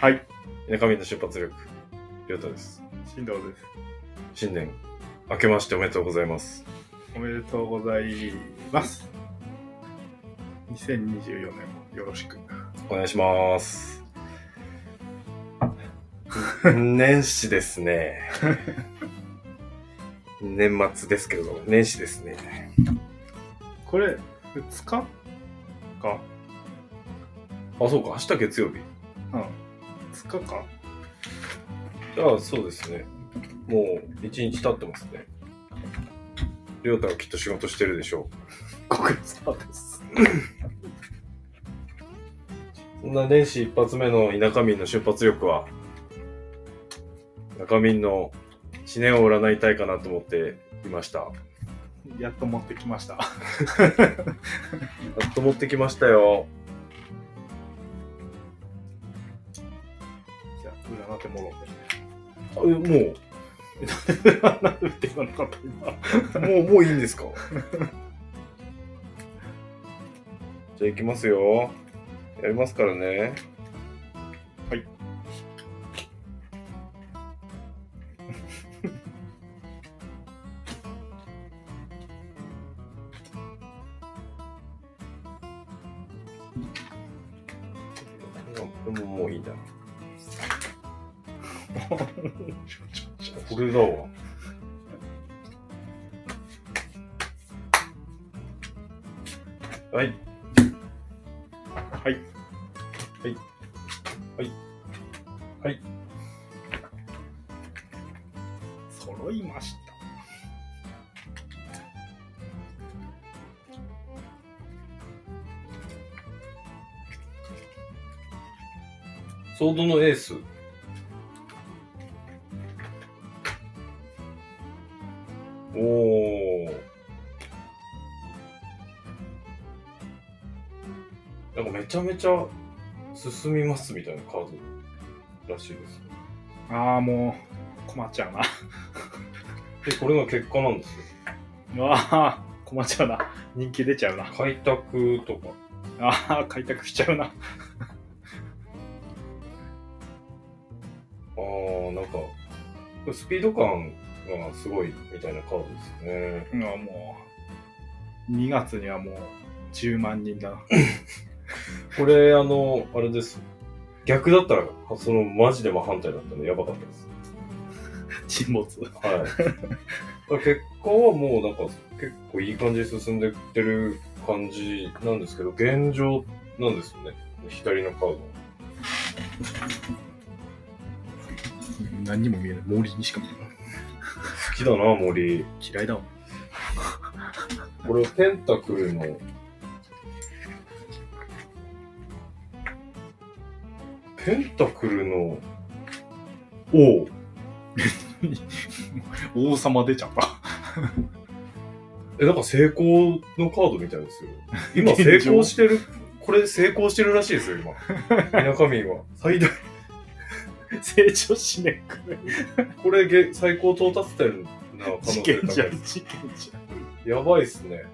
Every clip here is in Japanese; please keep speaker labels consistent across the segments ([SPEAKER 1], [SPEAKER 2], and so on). [SPEAKER 1] はい。中身の出発力、りょうたです。
[SPEAKER 2] 進藤です。
[SPEAKER 1] 新年、明けましておめでとうございます。
[SPEAKER 2] おめでとうございます。2024年もよろしく。
[SPEAKER 1] お願いします。年始ですね。年末ですけど、年始ですね。
[SPEAKER 2] これ、2日か
[SPEAKER 1] あ、そうか、明日月曜日。
[SPEAKER 2] うん。2日か
[SPEAKER 1] じゃあ、そうですね。もう、1日経ってますね。りょうたはきっと仕事してるでしょ
[SPEAKER 2] ?5月です。
[SPEAKER 1] う。そんな年始一発目の田舎民の出発力は、中民の知念を占いたいかなと思っていました。
[SPEAKER 2] やっと持ってきました。
[SPEAKER 1] やっと持ってきましたよ。
[SPEAKER 2] じゃあ、占ってもろう
[SPEAKER 1] あえもう、も
[SPEAKER 2] 占うって言わなかった今。
[SPEAKER 1] う、もういいんですかじゃあ行きますよ。やりますからね。
[SPEAKER 2] はい。
[SPEAKER 1] でももういいだ。これだわ。
[SPEAKER 2] は
[SPEAKER 1] はい。
[SPEAKER 2] い。
[SPEAKER 1] はい。はい。
[SPEAKER 2] 揃いました。
[SPEAKER 1] ソードのエース。おお。なんかめちゃめちゃ進みますみたいなカードらしいです。
[SPEAKER 2] ああ、もう、困っちゃうな。
[SPEAKER 1] で、これが結果なんです
[SPEAKER 2] う
[SPEAKER 1] よ。
[SPEAKER 2] わあ、困っちゃうな。人気出ちゃうな。
[SPEAKER 1] 開拓とか。
[SPEAKER 2] ああ、開拓しちゃうな。
[SPEAKER 1] ああ、なんか、これスピード感がすごいみたいなカードですね。
[SPEAKER 2] うん、もう、2月にはもう、10万人だな。
[SPEAKER 1] これ、あの、あれです。逆だったら、その、マジで真反対だったんで、やばかったです。
[SPEAKER 2] 沈没。
[SPEAKER 1] はい。 結果はもうなんか結構いい感じに進んでってる感じなんですけど、現状なんですよね。左のカード。
[SPEAKER 2] 何にも見えない。モーリーにしか見えない。
[SPEAKER 1] 好きだな、森。
[SPEAKER 2] 嫌いだもん。
[SPEAKER 1] これ、ペンタクルの。ペンタクルの王。
[SPEAKER 2] 王様出ちゃった。
[SPEAKER 1] え、なんか成功のカードみたいですよ。今成功してる、これ成功してるらしいですよ、今。田舎民は。最大、
[SPEAKER 2] 成長しねえくらい。
[SPEAKER 1] これげ最高到達点な可能
[SPEAKER 2] 事
[SPEAKER 1] 性高い
[SPEAKER 2] 件
[SPEAKER 1] です
[SPEAKER 2] じゃん、事件じゃん。
[SPEAKER 1] やばいっすね。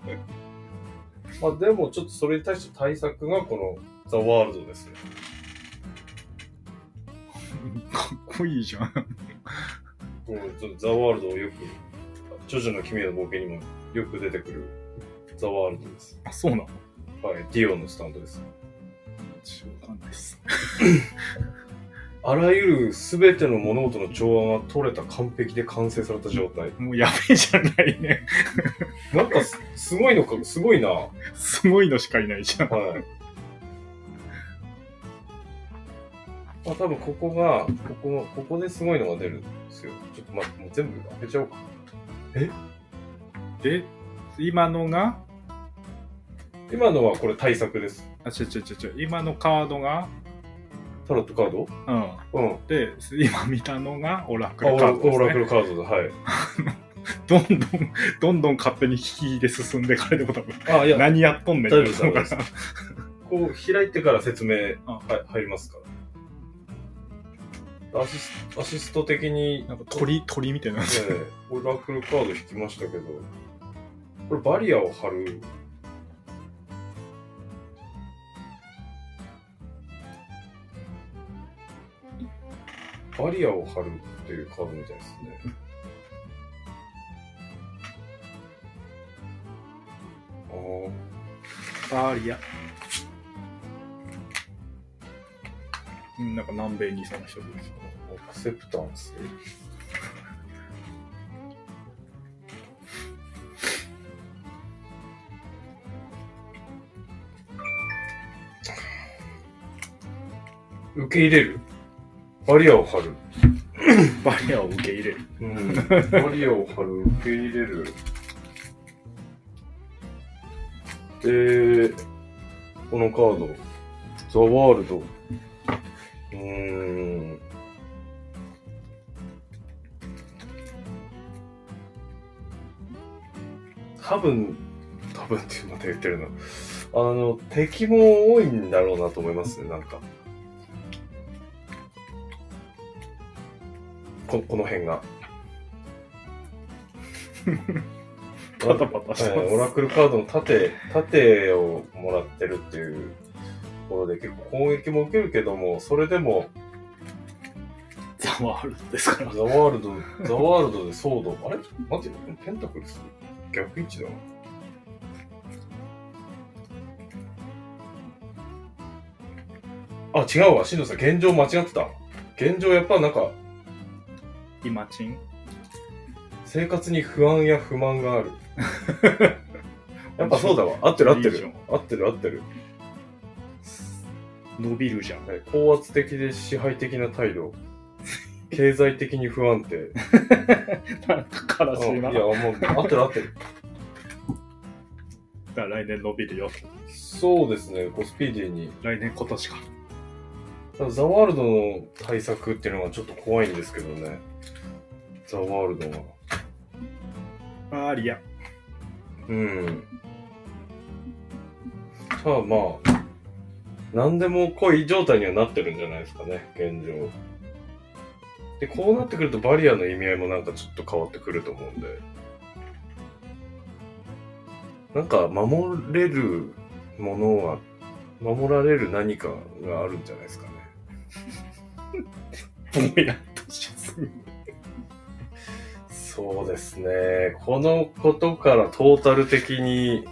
[SPEAKER 1] まあでもちょっとそれに対して対策がこのザ・ワールドですね。
[SPEAKER 2] かっこいいじゃん。
[SPEAKER 1] このちょっとザ・ワールドをよく、ジョジョの奇妙な冒険にもよく出てくるザ・ワールドです。
[SPEAKER 2] あ、そうなの
[SPEAKER 1] はい、ディオンのスタンドです。
[SPEAKER 2] ちょっとわかんないっす。
[SPEAKER 1] あらゆる全ての物事の調和が取れた完璧で完成された状態。
[SPEAKER 2] もうやべえじゃないね。
[SPEAKER 1] なんかすすごいのか、すごいな。は
[SPEAKER 2] すごいのしかいないじゃん。
[SPEAKER 1] い。まあ多分ここが、ここ、ここですごいのが出るんですよ。ちょっとま、もう全部開けちゃおうか。
[SPEAKER 2] で、今のが、
[SPEAKER 1] 今のはこれ対策です。
[SPEAKER 2] あ、ちょちょちょちょ、今のカードが、
[SPEAKER 1] タロットカード
[SPEAKER 2] うん。
[SPEAKER 1] うん。
[SPEAKER 2] で、 今見たのがオラク
[SPEAKER 1] あ
[SPEAKER 2] ル
[SPEAKER 1] オ
[SPEAKER 2] カ
[SPEAKER 1] ラ
[SPEAKER 2] ードで
[SPEAKER 1] オ
[SPEAKER 2] す、
[SPEAKER 1] ラク
[SPEAKER 2] ね。
[SPEAKER 1] ルカードだ。はい。
[SPEAKER 2] どんどん、 どんどん勝手に引きで進んでかれても多分、
[SPEAKER 1] あ、いや、
[SPEAKER 2] 何やっとんねん
[SPEAKER 1] 大丈夫です
[SPEAKER 2] そうかな
[SPEAKER 1] こう開いてから説明
[SPEAKER 2] あ
[SPEAKER 1] は入りますから。アシスアシスト的に、
[SPEAKER 2] なんか鳥、鳥みたいな
[SPEAKER 1] ね。、オラクルカード引きましたけど、これバリアを張る。バリアを張るっていうカードみたいですね。 ああ。
[SPEAKER 2] バーリア。うんなんか南米にその人ですよ。
[SPEAKER 1] アクセプタンス。受け入れるバリアを張る。
[SPEAKER 2] バリアを受け入れる。
[SPEAKER 1] うん。バリアを張る。受け入れる。えー、このカード。ザワールド。うーん。多分、多分ってまた言ってるな。あの、敵も多いんだろうなと思いますね、なんか。ここの辺が。
[SPEAKER 2] パタパタして
[SPEAKER 1] はいオ
[SPEAKER 2] ま
[SPEAKER 1] ラクルカードの盾、盾をもらってるっていうところで結構攻撃も受けるけども、それでも
[SPEAKER 2] す。ザワールドですか
[SPEAKER 1] ザ
[SPEAKER 2] ら。
[SPEAKER 1] ワールド、ザワールドでソード、あれ待って、ペンタクルス逆位置だな。あ、違うわ、シンドさん、現状間違ってた。現状やっぱなんか、
[SPEAKER 2] 今チン。
[SPEAKER 1] 生活に不安や不 満がある。やっぱそうだわ。合ってる合って
[SPEAKER 2] いいじゃ
[SPEAKER 1] る
[SPEAKER 2] ん。
[SPEAKER 1] 合ってる合ってる。
[SPEAKER 2] 伸びるじゃ ん。
[SPEAKER 1] はい高圧的で支配的な態 度。経済的に不安定。
[SPEAKER 2] なんか悲しい
[SPEAKER 1] あ
[SPEAKER 2] な。
[SPEAKER 1] いや、もう合ってる合ってる。
[SPEAKER 2] だから来年伸びるよ。
[SPEAKER 1] そうですね、こうスピーディーに。
[SPEAKER 2] 来年今年か。
[SPEAKER 1] ただザワールドの対策っていうのがちょっと怖いんですけどね。ザワールドは。
[SPEAKER 2] バー リア。
[SPEAKER 1] うん。ただまあ、何でも濃い状態にはなってるんじゃないですかね、現状。で、こうなってくるとバリアの意味合いもなんかちょっと変わってくると思うんで。なんか守れるものは、守られる何かがあるんじゃないですかね。
[SPEAKER 2] ぼやっとしすぎ。
[SPEAKER 1] そうですね。このことからトータル的に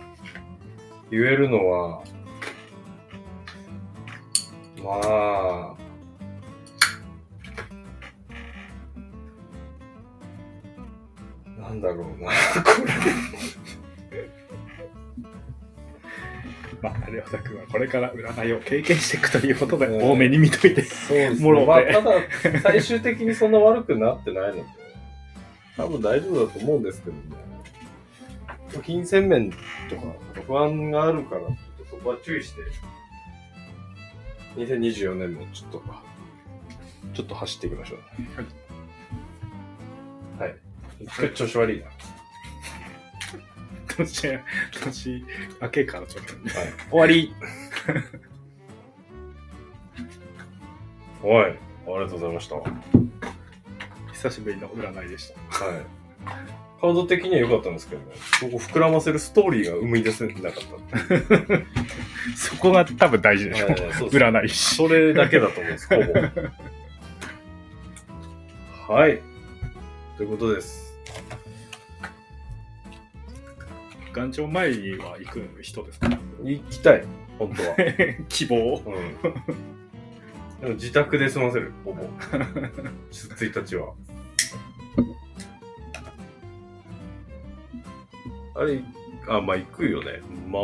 [SPEAKER 1] 言えるのは、まあ、なんだろうな、これ。
[SPEAKER 2] まあ、レオタ君はこれから占いを経験していくということで、
[SPEAKER 1] うん
[SPEAKER 2] 多めに見といて。
[SPEAKER 1] そうです
[SPEAKER 2] もろ
[SPEAKER 1] まあ、
[SPEAKER 2] で
[SPEAKER 1] ただ、最終的にそんな悪くなってないので、多分大丈夫だと思うんですけどね。金銭面とか不安があるから、ちょっとそこは注意して、2024年もちょっと、ちょっと走っていきましょう。はい。はい、調子悪いな。
[SPEAKER 2] 年、年明けからちょっと。
[SPEAKER 1] はい、終わりおい、ありがとうございました。はい。
[SPEAKER 2] 久しぶりの占いでした。
[SPEAKER 1] カード的には良かったんですけどね、ここ膨らませるストーリーが生み出せなかった。
[SPEAKER 2] そこが多分大事でしょ。
[SPEAKER 1] はい そうです
[SPEAKER 2] 占い師。
[SPEAKER 1] それだけだと思うんです、ほぼ。はい。ということです。
[SPEAKER 2] 岩頂前には行く人ですか
[SPEAKER 1] 行きたい、本当は。
[SPEAKER 2] 希望。
[SPEAKER 1] うん。でも自宅で済ませる、ほぼ。1日は。あれ、あ、まあ行くよね。まあ。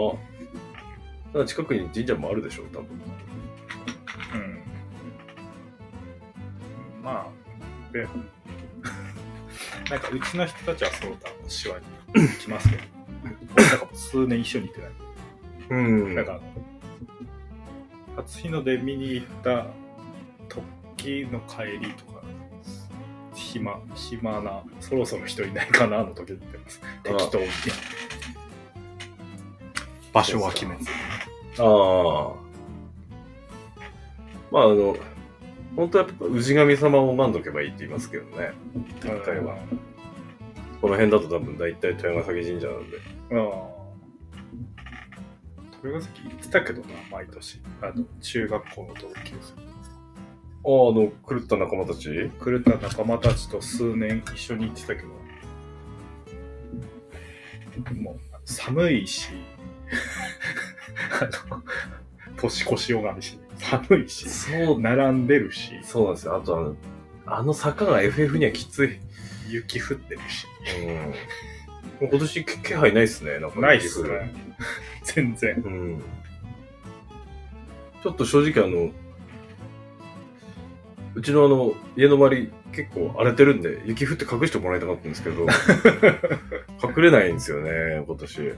[SPEAKER 1] ただ近くに神社もあるでしょ、多分。
[SPEAKER 2] うん。まあ、で、なんかうちの人たちはそうだ、手話に来ますけど、俺なんかもう数年一緒に行ってない。
[SPEAKER 1] うん
[SPEAKER 2] なんか、初日の出見に行った時の帰りとか、暇、暇な、そろそろ人いないかなの時に行ってます。
[SPEAKER 1] あ
[SPEAKER 2] 適当に。場所は決めず。
[SPEAKER 1] ああ。まあ、あの、本当はやっぱ氏神様を拝んどけばいいって言いますけどね。一回は。この辺だと多分大体富山崎神社なんで。
[SPEAKER 2] うん。豊崎行ってたけどな、毎年。あの、中学校の同級
[SPEAKER 1] ああ、あの、狂った仲間たち
[SPEAKER 2] 生。狂った仲間たちと数年一緒に行ってたけど、もう、寒いし、あの、年越し拝みし、寒いし、
[SPEAKER 1] そうな、
[SPEAKER 2] 並んでるし、
[SPEAKER 1] そうなんですよ。あとあの、あの坂が FF にはきつい。
[SPEAKER 2] 雪降ってるし。
[SPEAKER 1] うん。今年気気配ないっすね、なんか。
[SPEAKER 2] ないっすね。全然。
[SPEAKER 1] うん。ちょっと正直あの、うちのあの、家の周り結構荒れてるんで、雪降って隠してもらいたかったんですけど、隠れないんですよね、今年。
[SPEAKER 2] 雪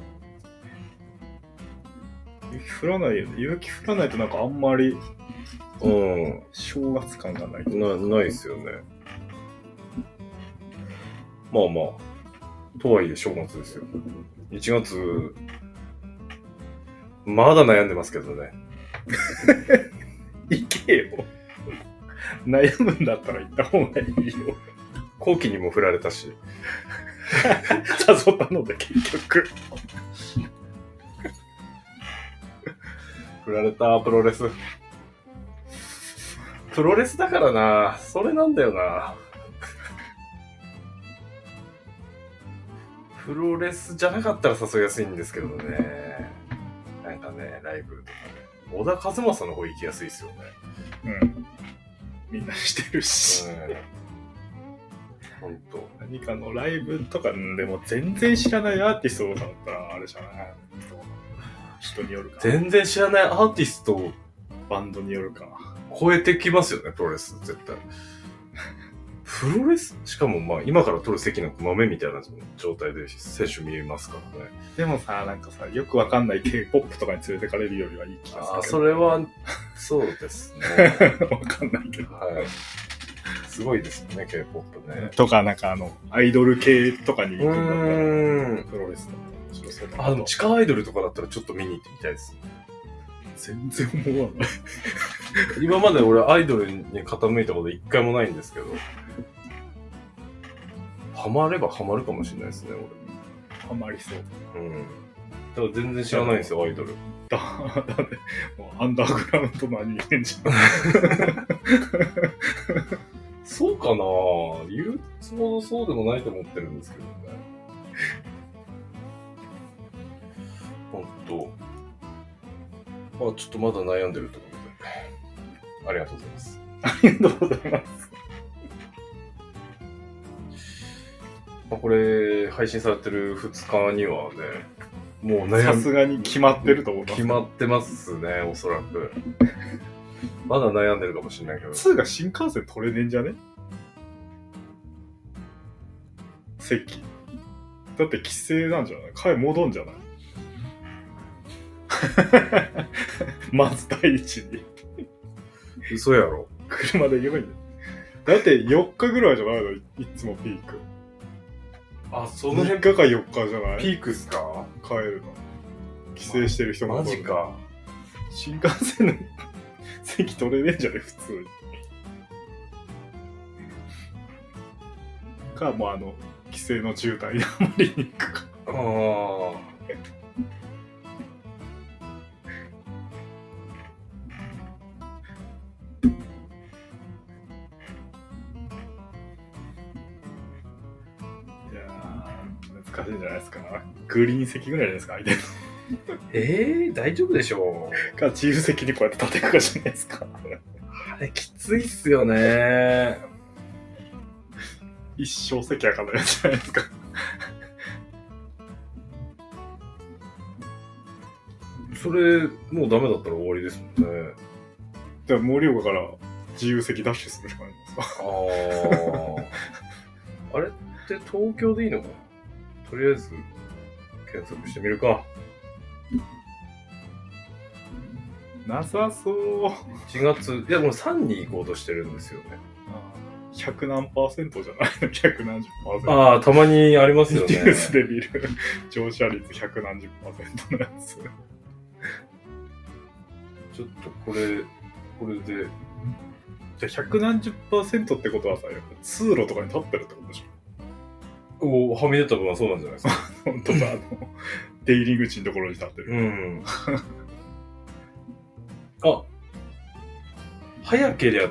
[SPEAKER 2] 降らないよね。雪降らないとなんかあんまり
[SPEAKER 1] うん。
[SPEAKER 2] 正月感がない。
[SPEAKER 1] なないですよね。まあまあ、とはいえ正月ですよ。1月、まだ悩んでますけどね。
[SPEAKER 2] 行けよ。悩むんだったら行った方がいいよ。
[SPEAKER 1] 後期にも振られたし。
[SPEAKER 2] 誘ったので結局。
[SPEAKER 1] 振られた、プロレス。プロレスだからな、それなんだよな。プロレスじゃなかったら誘いやすいんですけどね。なんかね、ライブとかね。小田和正の方行きやすいですよね。
[SPEAKER 2] うん。みんなしてるし。
[SPEAKER 1] うん。ほんと。
[SPEAKER 2] 何かのライブとかでも全然知らないアーティストだったらあれじゃない人によるか。
[SPEAKER 1] 全然知らないアーティストを
[SPEAKER 2] バンドによるか。
[SPEAKER 1] 超えてきますよね、プロレス、絶対。プロレスしかもまあ、今から取る席なんか豆みたいな状態で選手見えますからね。
[SPEAKER 2] でもさ、なんかさ、よくわかんない K-POP とかに連れてかれるよりはいい気がするけど。
[SPEAKER 1] あーそれは、そうですね。
[SPEAKER 2] わかんないけど。
[SPEAKER 1] はい。すごいですよね、K-POP ね。
[SPEAKER 2] とか、なんかあの、アイドル系とかに行くんだったら、
[SPEAKER 1] ん。
[SPEAKER 2] プロレスとか面白そうだな
[SPEAKER 1] あ、でも地下アイドルとかだったらちょっと見に行ってみたいです。
[SPEAKER 2] 全然思わない。
[SPEAKER 1] 今まで俺アイドルに傾いたこと一回もないんですけど、ハマればハマるかもしれないですね、
[SPEAKER 2] あんまりそう。
[SPEAKER 1] 俺。うん。ただ全然知らないんですよ、アイドル。
[SPEAKER 2] だ、だって、もうアンダーグラウンド何言ってんじゃん。
[SPEAKER 1] そうかな言うつものそうでもないと思ってるんですけどね。 ほんと。あ、ちょっとまだ悩んでるところで。ありがとうございます。
[SPEAKER 2] あ りがとうございます。
[SPEAKER 1] まあ、これ、配信されてる2日にはね、もう
[SPEAKER 2] さ
[SPEAKER 1] 悩
[SPEAKER 2] す
[SPEAKER 1] ん
[SPEAKER 2] がに決まってると思う。
[SPEAKER 1] 決まってますね、おそら く。まだ悩んでるかもしれないけど。
[SPEAKER 2] 2が新幹線取れねえんじゃね席。だって帰省なんじゃない帰戻んじゃない まず第一に。
[SPEAKER 1] 嘘やろ。
[SPEAKER 2] 車で行けばいいんだよ。だって4日ぐらいじゃないのいいつもピーク。
[SPEAKER 1] あ、そ
[SPEAKER 2] その辺かが4日じゃない
[SPEAKER 1] ピークっすか
[SPEAKER 2] 帰るの。帰省してる人も
[SPEAKER 1] マジか。
[SPEAKER 2] 新幹線の席取れねえんじゃね普通に。か、もうあの、規制の渋滞であまりに行くか。
[SPEAKER 1] ああ。
[SPEAKER 2] いやー、難しいんじゃないですか。グリーン席ぐらいじゃないですか、相手の。
[SPEAKER 1] ええ大丈夫でしょう。
[SPEAKER 2] か、自由席にこうやって立てくかじゃないですか。
[SPEAKER 1] あれきついっすよね。
[SPEAKER 2] 一生席開かないやつじゃないですか。
[SPEAKER 1] それ、もうダメだったら終わりですもんね。
[SPEAKER 2] じゃあ、盛岡から自由席ダッシュするしかないんですか。
[SPEAKER 1] ああ。あれって東京でいいのかなとりあえず、検索してみるか。
[SPEAKER 2] なさそう。
[SPEAKER 1] 1月、いやもう3に行こうとしてるんですよね。
[SPEAKER 2] 100何パーセントじゃないの ?100 何十パーセント。
[SPEAKER 1] ああ、たまにあります
[SPEAKER 2] ニ
[SPEAKER 1] よ
[SPEAKER 2] ュ
[SPEAKER 1] ね。
[SPEAKER 2] ースで見る 乗車率100何十パーセントのやつ。
[SPEAKER 1] ちょっとこれ、これで、
[SPEAKER 2] じゃあ百何十パーセントってことはさやっぱ通路とかに立ってるってことでし
[SPEAKER 1] おはみ出た分はそうなんじゃないですか。
[SPEAKER 2] ょ本当だあの 出入り口のところに立ってる、
[SPEAKER 1] うん。あ、早けりゃ、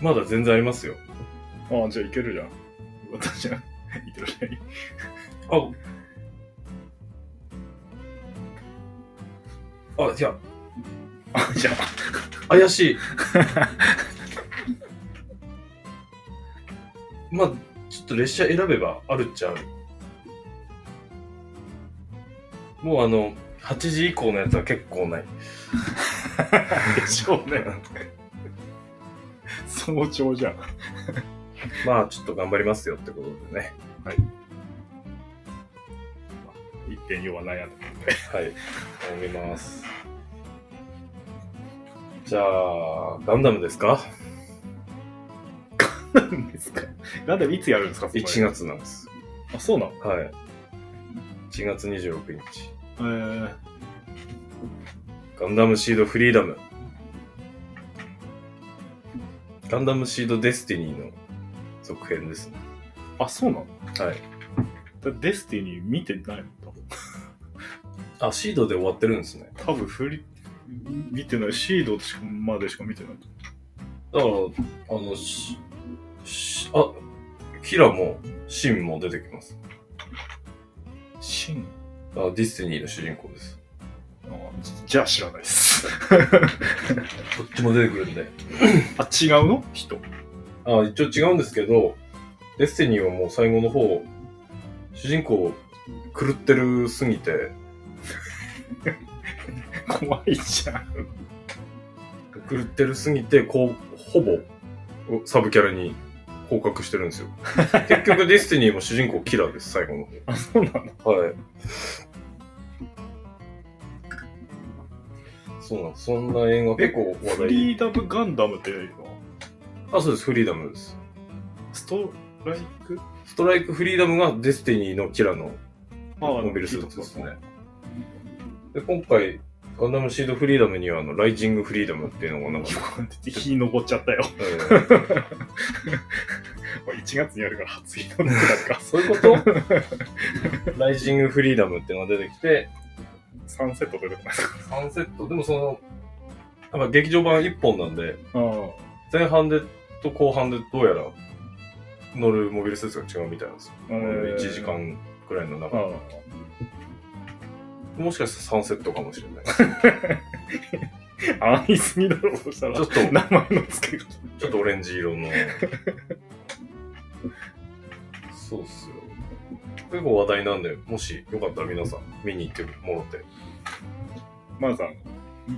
[SPEAKER 1] まだ全然ありますよ。
[SPEAKER 2] ああじゃあいけるじゃん私はいってらっしゃい
[SPEAKER 1] あ、あ、いや、
[SPEAKER 2] あじゃあ
[SPEAKER 1] 怪しい。 まあ、ちょっと列車選べばあるっちゃある。もうあの、8時以降のやつは結構ない。
[SPEAKER 2] でしょうね。 早朝じゃん。
[SPEAKER 1] まあ、ちょっと頑張りますよってことでね。
[SPEAKER 2] 1.4はないやと思って。
[SPEAKER 1] はい。頑張ります。じゃあ、ガンダムですか
[SPEAKER 2] なんですかなんでいつやるんですか
[SPEAKER 1] ?1。月なんです。
[SPEAKER 2] あ、そうなの
[SPEAKER 1] はい。1月26日。
[SPEAKER 2] えー、
[SPEAKER 1] ガンダムシードフリーダム。ガンダムシードデスティニーの続編ですね。
[SPEAKER 2] あ、そうなの
[SPEAKER 1] はい。
[SPEAKER 2] だデスティニー見てないの多分
[SPEAKER 1] あ、シードで終わってるんですね。
[SPEAKER 2] 多分振り、見てない。シードしかまでしか見てない。
[SPEAKER 1] だから、あの、し、しあ、キラも、シンも出てきます。
[SPEAKER 2] シン
[SPEAKER 1] あディスティニーの主人公です。
[SPEAKER 2] あじゃあ知らないです。
[SPEAKER 1] どっちも出てくるんで。
[SPEAKER 2] あ、違うの人。
[SPEAKER 1] あ、一応違うんですけど、デスティニーはもう最後の方、主人公狂ってるすぎて、
[SPEAKER 2] 怖いじゃん。
[SPEAKER 1] 狂ってるすぎて、こう、ほぼ、サブキャラに降格してるんです よ。結局、ディスティニーも主人公キラーです、最後の
[SPEAKER 2] あ、そうなの
[SPEAKER 1] 方。はい。そうなんです。そんな映画結構話
[SPEAKER 2] フ
[SPEAKER 1] 題。
[SPEAKER 2] リーダムガンダムっていうの
[SPEAKER 1] あ、そうです。フリーダムです。
[SPEAKER 2] ストライク
[SPEAKER 1] ストライクフリーダムがディスティニーのキラの
[SPEAKER 2] ああ
[SPEAKER 1] モビルスーツですね。で、今回、ガンダムシードフリーダムには、あの、ライジングフリーダムっていうのがなんか、
[SPEAKER 2] 日登っちゃったよ。
[SPEAKER 1] えー
[SPEAKER 2] これ1月にやるから初日の出なんか
[SPEAKER 1] そういうこと ライジングフリーダムっていうのが出てきて、
[SPEAKER 2] サンセット出てこないですか
[SPEAKER 1] サンセット、でもその、やっぱ劇場版1本なんで、
[SPEAKER 2] あ
[SPEAKER 1] 前半でと後半でどうやら乗るモビルスーツが違うみたいなんですよ。
[SPEAKER 2] あ
[SPEAKER 1] 1時間くらいの中
[SPEAKER 2] あ
[SPEAKER 1] で。もしかしたらサンセットかもしれない。
[SPEAKER 2] あ安易すぎだろそしたら
[SPEAKER 1] ちょっと
[SPEAKER 2] 名前の付け方
[SPEAKER 1] ちょっとオレンジ色の。そうっすよ。結構話題なんで、もしよかったら皆さん見に行ってもらって。
[SPEAKER 2] まあさ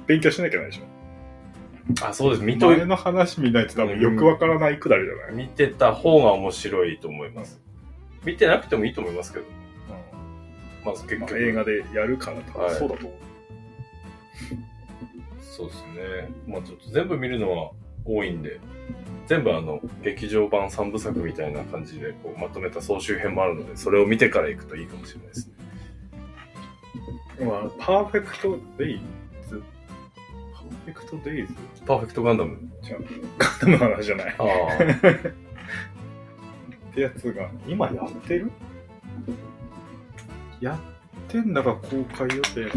[SPEAKER 2] 勉強しなきゃないでしょ
[SPEAKER 1] あ、そうです。見と
[SPEAKER 2] 前の話見ないと多分よくわからないくだりじゃない、
[SPEAKER 1] 見てた方が面白いと思います。見てなくてもいいと思いますけど、まず結
[SPEAKER 2] まあ
[SPEAKER 1] 局。
[SPEAKER 2] 映画でやるから多
[SPEAKER 1] はい
[SPEAKER 2] 分そうだと思う、
[SPEAKER 1] そうですね。まあちょっと全部見るのは多いんで、全部あの、劇場版3部作みたいな感じでこうまとめた総集編もあるので、それを見てから行くといいかもしれないですね。
[SPEAKER 2] まあパーフェクトデイズパーフェクトデイズ
[SPEAKER 1] パーフェクトガンダム。
[SPEAKER 2] じゃあガンダムの話じゃない
[SPEAKER 1] あ
[SPEAKER 2] ってやつが今やってるやってんだが公開予定なんだろ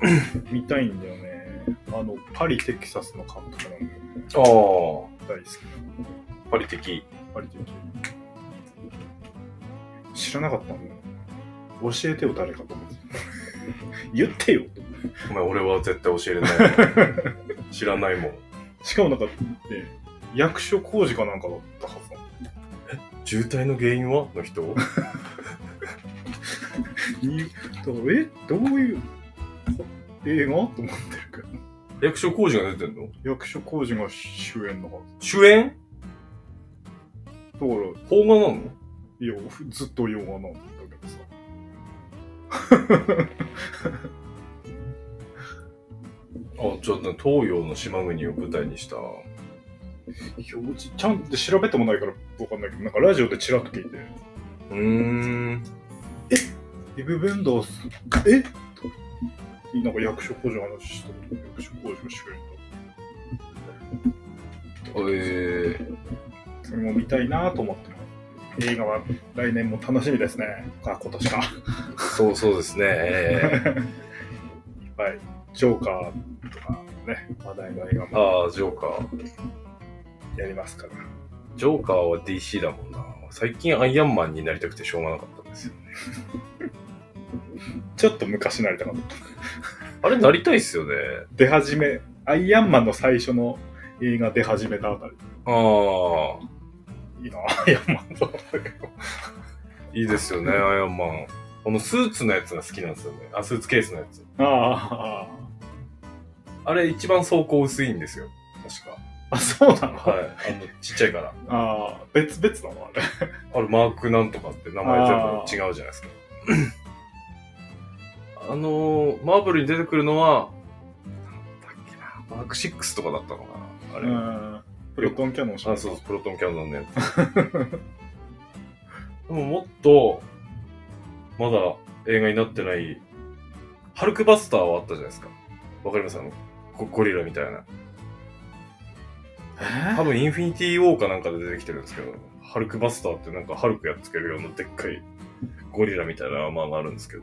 [SPEAKER 2] うな見たいんだよねあのパリ・テキサスの監督なんだよね
[SPEAKER 1] あ。
[SPEAKER 2] 大
[SPEAKER 1] ああ。
[SPEAKER 2] 好きな
[SPEAKER 1] パリ的。
[SPEAKER 2] パリ・テキ知らなかったんだよ教えてよ誰かと思って言ってよと思って
[SPEAKER 1] お前俺は絶対教えれない。 知らないもん。
[SPEAKER 2] しかもなんか、ね、役所工事かなんかだったはずなの
[SPEAKER 1] 渋滞の原因はの人
[SPEAKER 2] にだからえどういう映画と思ってるけど
[SPEAKER 1] 役所工事が出てんの
[SPEAKER 2] 役所工事が主演のはず。
[SPEAKER 1] 主演
[SPEAKER 2] だから、
[SPEAKER 1] 邦画なの
[SPEAKER 2] いや、ふずっと洋画なんだけどさ。
[SPEAKER 1] あ、ちょっと東洋の島国を舞台にした。
[SPEAKER 2] 表示ちゃんと調べてもないからわかんないけど、なんかラジオでチラッと聞いて、
[SPEAKER 1] うーん。
[SPEAKER 2] リブ・ベンダース、えなんか役所工事の話してたこと役所工事が主演
[SPEAKER 1] えー、
[SPEAKER 2] それも見たいなと思ってます。映画は来年も楽しみですね。あ、今年か。
[SPEAKER 1] そうそうですね。え
[SPEAKER 2] いっぱい、ジョーカーとかね、話題の映画
[SPEAKER 1] ー
[SPEAKER 2] も
[SPEAKER 1] ああ、ジョーカー。
[SPEAKER 2] やりますから。
[SPEAKER 1] ジョーカーは DC だもんな。最近アイアンマンになりたくてしょうがなかったんですよ。
[SPEAKER 2] ちょっと昔なりたかった。
[SPEAKER 1] あれなりたいっすよね。
[SPEAKER 2] 出始め、アイアンマンの最初の映画出始めたあたり。
[SPEAKER 1] ああ、
[SPEAKER 2] いいな、アイアンマンと思ったけど。
[SPEAKER 1] いいですよね、アイアンマン。このスーツのやつが好きなんですよね。あ、スーツケースのやつ。
[SPEAKER 2] あ
[SPEAKER 1] あれ一番走行薄いんですよ。確か。
[SPEAKER 2] あ、あ、そうなの、
[SPEAKER 1] はい。あの、ちっちゃいから。
[SPEAKER 2] ああ、別々なのあれ。
[SPEAKER 1] あれ、マークなんとかって名前全部違うじゃないですか。あのー、マーブルに出てくるのは、なんだっけな、マーク6とかだったのかな。あれ。
[SPEAKER 2] うん。プロトンキャノンし
[SPEAKER 1] あ、そう、プロトンキャノンのやつ。 でももっと、まだ映画になってない、ハルクバスターはあったじゃないですか。わかりますあの、ゴゴリラみたいな。
[SPEAKER 2] え
[SPEAKER 1] 多分インフィニティウォーかなんかで出てきてるんですけど、ハルクバスターってなんかハルクやっつけるようなでっかいゴリラみたいなアーマーがあるんですけど、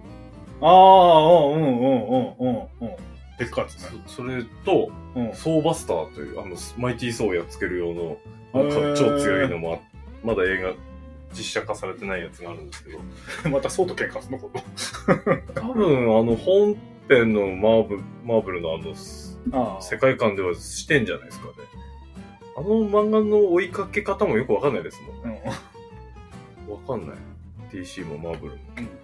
[SPEAKER 2] ああ、うんうんうんうんうん。でっかいやつね。
[SPEAKER 1] そそれと、
[SPEAKER 2] うん。
[SPEAKER 1] ソーバスターという、あの、マイティーソーをやっつける用の、あ
[SPEAKER 2] へ
[SPEAKER 1] の
[SPEAKER 2] ー
[SPEAKER 1] 超強いのもあ、まだ映画、実写化されてないやつがあるんですけど、
[SPEAKER 2] またそうと喧嘩するのこと。
[SPEAKER 1] 多分、あの、本編のマーブマーブルのあの、す
[SPEAKER 2] あ
[SPEAKER 1] 世界観ではしてんじゃないですかね。あの漫画の追いかけ方もよくわかんないですもん。
[SPEAKER 2] うん、
[SPEAKER 1] わかんない。DC もマーブルも。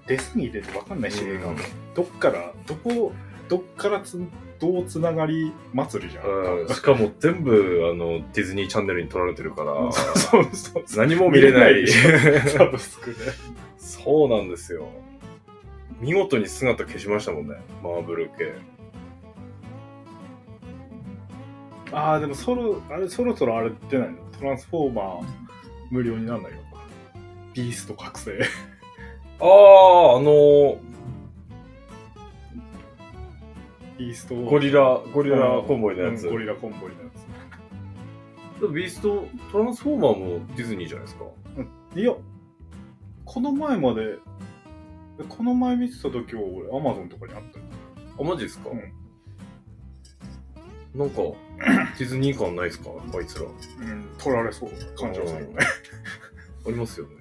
[SPEAKER 2] ディズニーで分かんないし、映画
[SPEAKER 1] う
[SPEAKER 2] も
[SPEAKER 1] ん
[SPEAKER 2] どっからどこどっからつどうつながり祭りじゃん、
[SPEAKER 1] うんしかも全部、あの、ディズニーチャンネルに撮られて るから、
[SPEAKER 2] そうそうそう
[SPEAKER 1] 何も見れない
[SPEAKER 2] 見。れないサブスクで
[SPEAKER 1] そうなんですよ。見事に姿消しましたもんね。マーブル系。
[SPEAKER 2] ああでもそろあれそろそろあれ出ないのトランスフォーマー無料になんないのかビースト覚醒
[SPEAKER 1] ああ、あの
[SPEAKER 2] ビースト
[SPEAKER 1] ゴリラ、ゴ
[SPEAKER 2] ゴ
[SPEAKER 1] リラコンボイのやつ。
[SPEAKER 2] ゴリラコンボイのや
[SPEAKER 1] でもビースト、トランスフォーマーもディズニーじゃないですか。
[SPEAKER 2] ついやこの前までこの前見てた時は俺アマゾンとかにあったよ
[SPEAKER 1] あ、マジですか、
[SPEAKER 2] うん
[SPEAKER 1] なんか、ディズニー感ないですかあいつら。
[SPEAKER 2] うん取られそう感情するよね
[SPEAKER 1] ありますよね。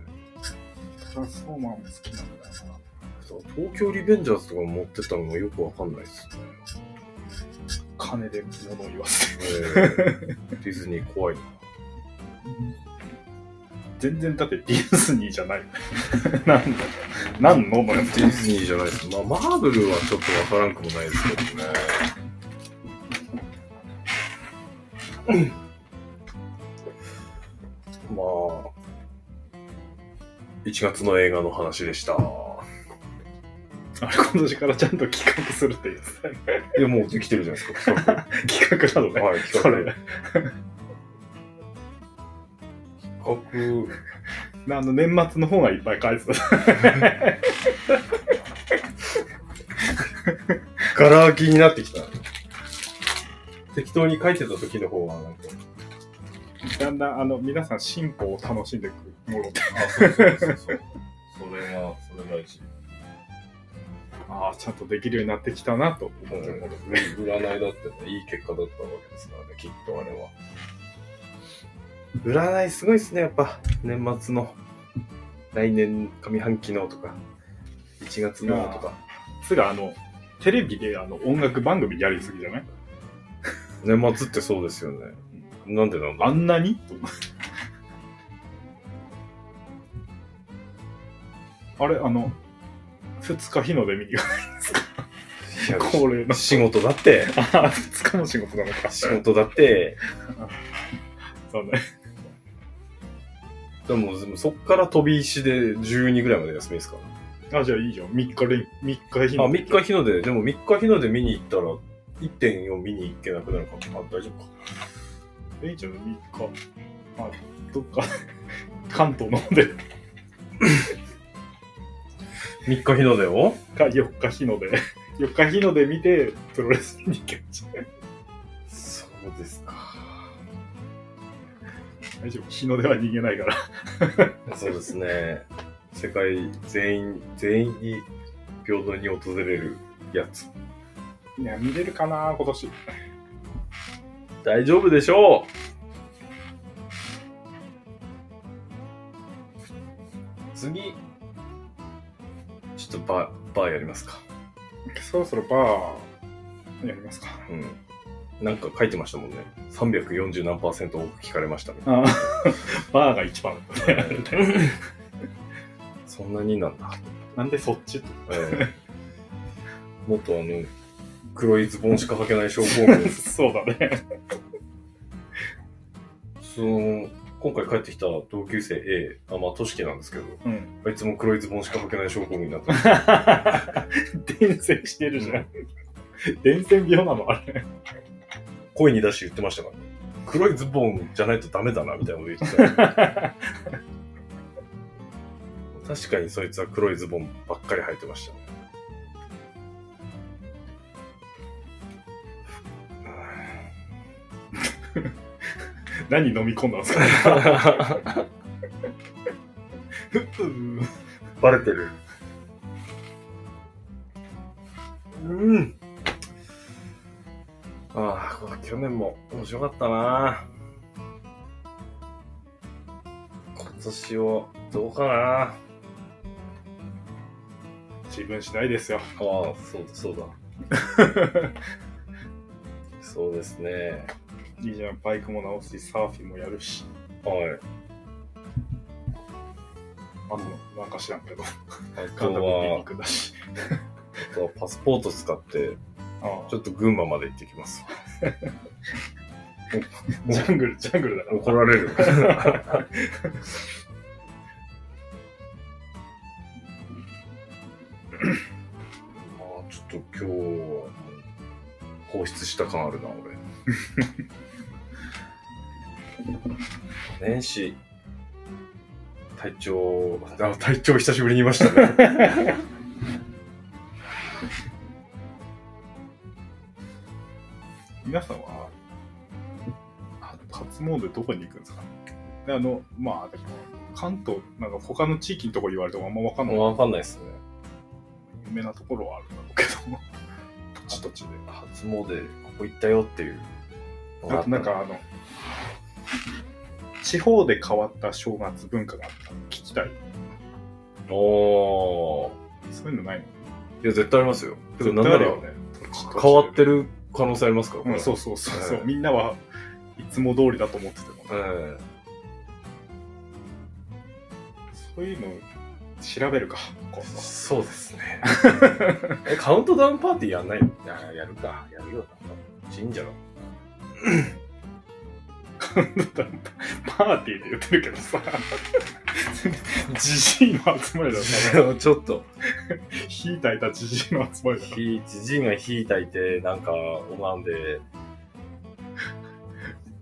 [SPEAKER 2] トランスフォーマーも好きなんだよな
[SPEAKER 1] 東京リベンジャーズとか持ってったのもよくわかんないですね。
[SPEAKER 2] 金で物を言わせて
[SPEAKER 1] えーディズニー怖いな。
[SPEAKER 2] 全然だってディズニーじゃない なんだなんののやつ
[SPEAKER 1] ディズニーじゃないです。まあ、マーブルはちょっとわからんくもないですけどね。まあ、1月の映画の話でした。
[SPEAKER 2] あれ今年からちゃんと企画するって言ってたよね
[SPEAKER 1] いや、もうできてるじゃないですか、企
[SPEAKER 2] 企画なの
[SPEAKER 1] 画。
[SPEAKER 2] ね
[SPEAKER 1] はい、企
[SPEAKER 2] そ
[SPEAKER 1] 画。
[SPEAKER 2] れ
[SPEAKER 1] 企画、
[SPEAKER 2] あの年末の方がいっぱい書いてた
[SPEAKER 1] ガラ空きになってきた。適当に書いてた時の方は、なんか、
[SPEAKER 2] だんだんあの皆さん進歩を楽しんでいくもので
[SPEAKER 1] あ、そうそうそうそう。それが、それが一
[SPEAKER 2] ああちゃんとできるようになってきたなと
[SPEAKER 1] う
[SPEAKER 2] 思
[SPEAKER 1] ん
[SPEAKER 2] ってるもの
[SPEAKER 1] 占いだってね、いい結果だったわけですからね、きっとあれは。占いすごいですね、やっぱ。年末の、来年上半期のとか、1月のとか。
[SPEAKER 2] つがあのテレビであの音楽番組やりすぎじゃない
[SPEAKER 1] 年末ってそうですよね。なんでなんだ
[SPEAKER 2] あんなにと思ってあれあの2日日の出 見にが
[SPEAKER 1] いや
[SPEAKER 2] 恒例 の
[SPEAKER 1] 仕事だって、
[SPEAKER 2] ああ、2日も仕事なのか。
[SPEAKER 1] 仕
[SPEAKER 2] そう
[SPEAKER 1] 事だって、
[SPEAKER 2] ね。
[SPEAKER 1] でもでもそっから飛び石で12ぐらいまで休みですから。
[SPEAKER 2] あ、じゃあいいじゃん。3日連、三日日
[SPEAKER 1] あ、3日日の出、でも3日日の出見に行ったら、1.4見に行けなくなるかも。あ、大丈夫か。
[SPEAKER 2] 日。いいじゃん、3日。まあ、どっか、関東の方で、
[SPEAKER 1] 3日日の出を
[SPEAKER 2] か4日日ので、4日日ので見て、プロレス見に行けばいいじゃん
[SPEAKER 1] そうですか。
[SPEAKER 2] 大丈夫日の出は逃げないから
[SPEAKER 1] そうですね。世界全員、全員に平等に訪れるやつ。
[SPEAKER 2] いや見れるかな今年
[SPEAKER 1] 大丈夫でしょう次。ちょっとバー、バーやりますか。
[SPEAKER 2] そろそろバーやりますか
[SPEAKER 1] うん。なんか書いてましたもんね。340何パーセント多く聞かれましたね。
[SPEAKER 2] あ ーバーが一番
[SPEAKER 1] そんなになんだ。
[SPEAKER 2] なんでそっち
[SPEAKER 1] ええもっとあの、黒いズボンしか履けない症候群
[SPEAKER 2] そうだね
[SPEAKER 1] その、今回帰ってきた同級生 A、あ、まあ、としきなんですけど、
[SPEAKER 2] うん
[SPEAKER 1] あいつも黒いズボンしか履けない症候群になった。
[SPEAKER 2] 伝染してるじゃん伝染病なのあれ
[SPEAKER 1] 声に出して言ってましたから、ね、黒いズボンじゃないとダメだな、みたいなこと言ってた。確かにそいつは黒いズボンばっかり履いてましたね。
[SPEAKER 2] 何飲み込んだんですかうん
[SPEAKER 1] バレてる。うん。ああ、これ去年も面白かったな。今年をどうかな。ああ、
[SPEAKER 2] 自分次第です よ
[SPEAKER 1] そうだ、そうだ。そうですね。
[SPEAKER 2] いいじゃんバイクも直すしサーフィンもやるし
[SPEAKER 1] はい。
[SPEAKER 2] あとなんか知らんけど
[SPEAKER 1] あ
[SPEAKER 2] ガン
[SPEAKER 1] と
[SPEAKER 2] ダムも見に行
[SPEAKER 1] は、
[SPEAKER 2] くんだし
[SPEAKER 1] あとはパスポート使って、
[SPEAKER 2] ああ
[SPEAKER 1] ちょっと群馬まで行ってきます。
[SPEAKER 2] ジャングル、ジャングルだから。
[SPEAKER 1] 怒られる。あーちょっと今日はもう放出した感あるな俺年始体調あ体調久しぶりに言いましたね
[SPEAKER 2] 皆さんは、あ初詣どこに行くんですかであの、まあ、でも関東、なんか他の地域のところ言われてもあんまわかんない。
[SPEAKER 1] もう分かんないですね
[SPEAKER 2] 有名なところはあるんだろうけど、土地土 地で。
[SPEAKER 1] 初詣ここ行ったよっていうのが
[SPEAKER 2] あ
[SPEAKER 1] あっ
[SPEAKER 2] と
[SPEAKER 1] た
[SPEAKER 2] なんかあの、地方で変わった正月文化があったの聞きたい。
[SPEAKER 1] おー
[SPEAKER 2] そういうのないの
[SPEAKER 1] いや絶対ありますよてか
[SPEAKER 2] 絶
[SPEAKER 1] なん
[SPEAKER 2] 対
[SPEAKER 1] な
[SPEAKER 2] あ
[SPEAKER 1] ら
[SPEAKER 2] るよね。土地
[SPEAKER 1] 変わってる可能性ありますから、こ
[SPEAKER 2] う
[SPEAKER 1] れ
[SPEAKER 2] ん、そうそうそうそう、
[SPEAKER 1] う
[SPEAKER 2] みんなはいつも通りだと思ってても、
[SPEAKER 1] え
[SPEAKER 2] そういうの調べるか、今
[SPEAKER 1] え
[SPEAKER 2] 度。
[SPEAKER 1] そうですね えカウントダウンパーティーやんないのいややるかやるよ神社の
[SPEAKER 2] パーティーで言ってるけどさ、じじいの集まりだよ。
[SPEAKER 1] ちょっと
[SPEAKER 2] 引いたいたじじいの集まりだよ。
[SPEAKER 1] ひじじいが引いたいてなんかおまんで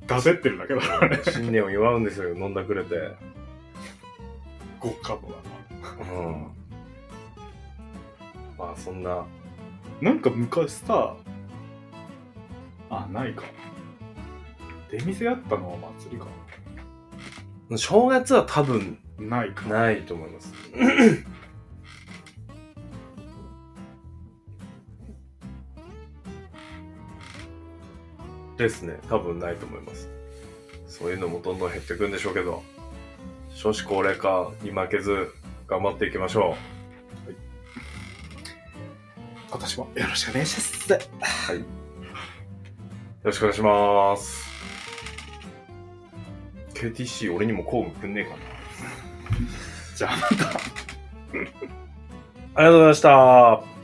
[SPEAKER 2] だせってるだけだろ、あれ。
[SPEAKER 1] 新年を祝うんですよ飲んだくれて
[SPEAKER 2] ごっかもだ
[SPEAKER 1] うんまあそんな
[SPEAKER 2] な。なんか昔さ、あ、ないか。出店あったのは祭りか。
[SPEAKER 1] 正月は多分
[SPEAKER 2] ないか。
[SPEAKER 1] ないと思います ですね多分ないと思いますそういうのもどんどん減っていくんでしょうけど少子高齢化に負けず頑張っていきましょ
[SPEAKER 2] 今年もよろしくお願いします。
[SPEAKER 1] うよろしくお願いします KTC 俺にも公務くんねえかな
[SPEAKER 2] じゃあ
[SPEAKER 1] ありがとうございました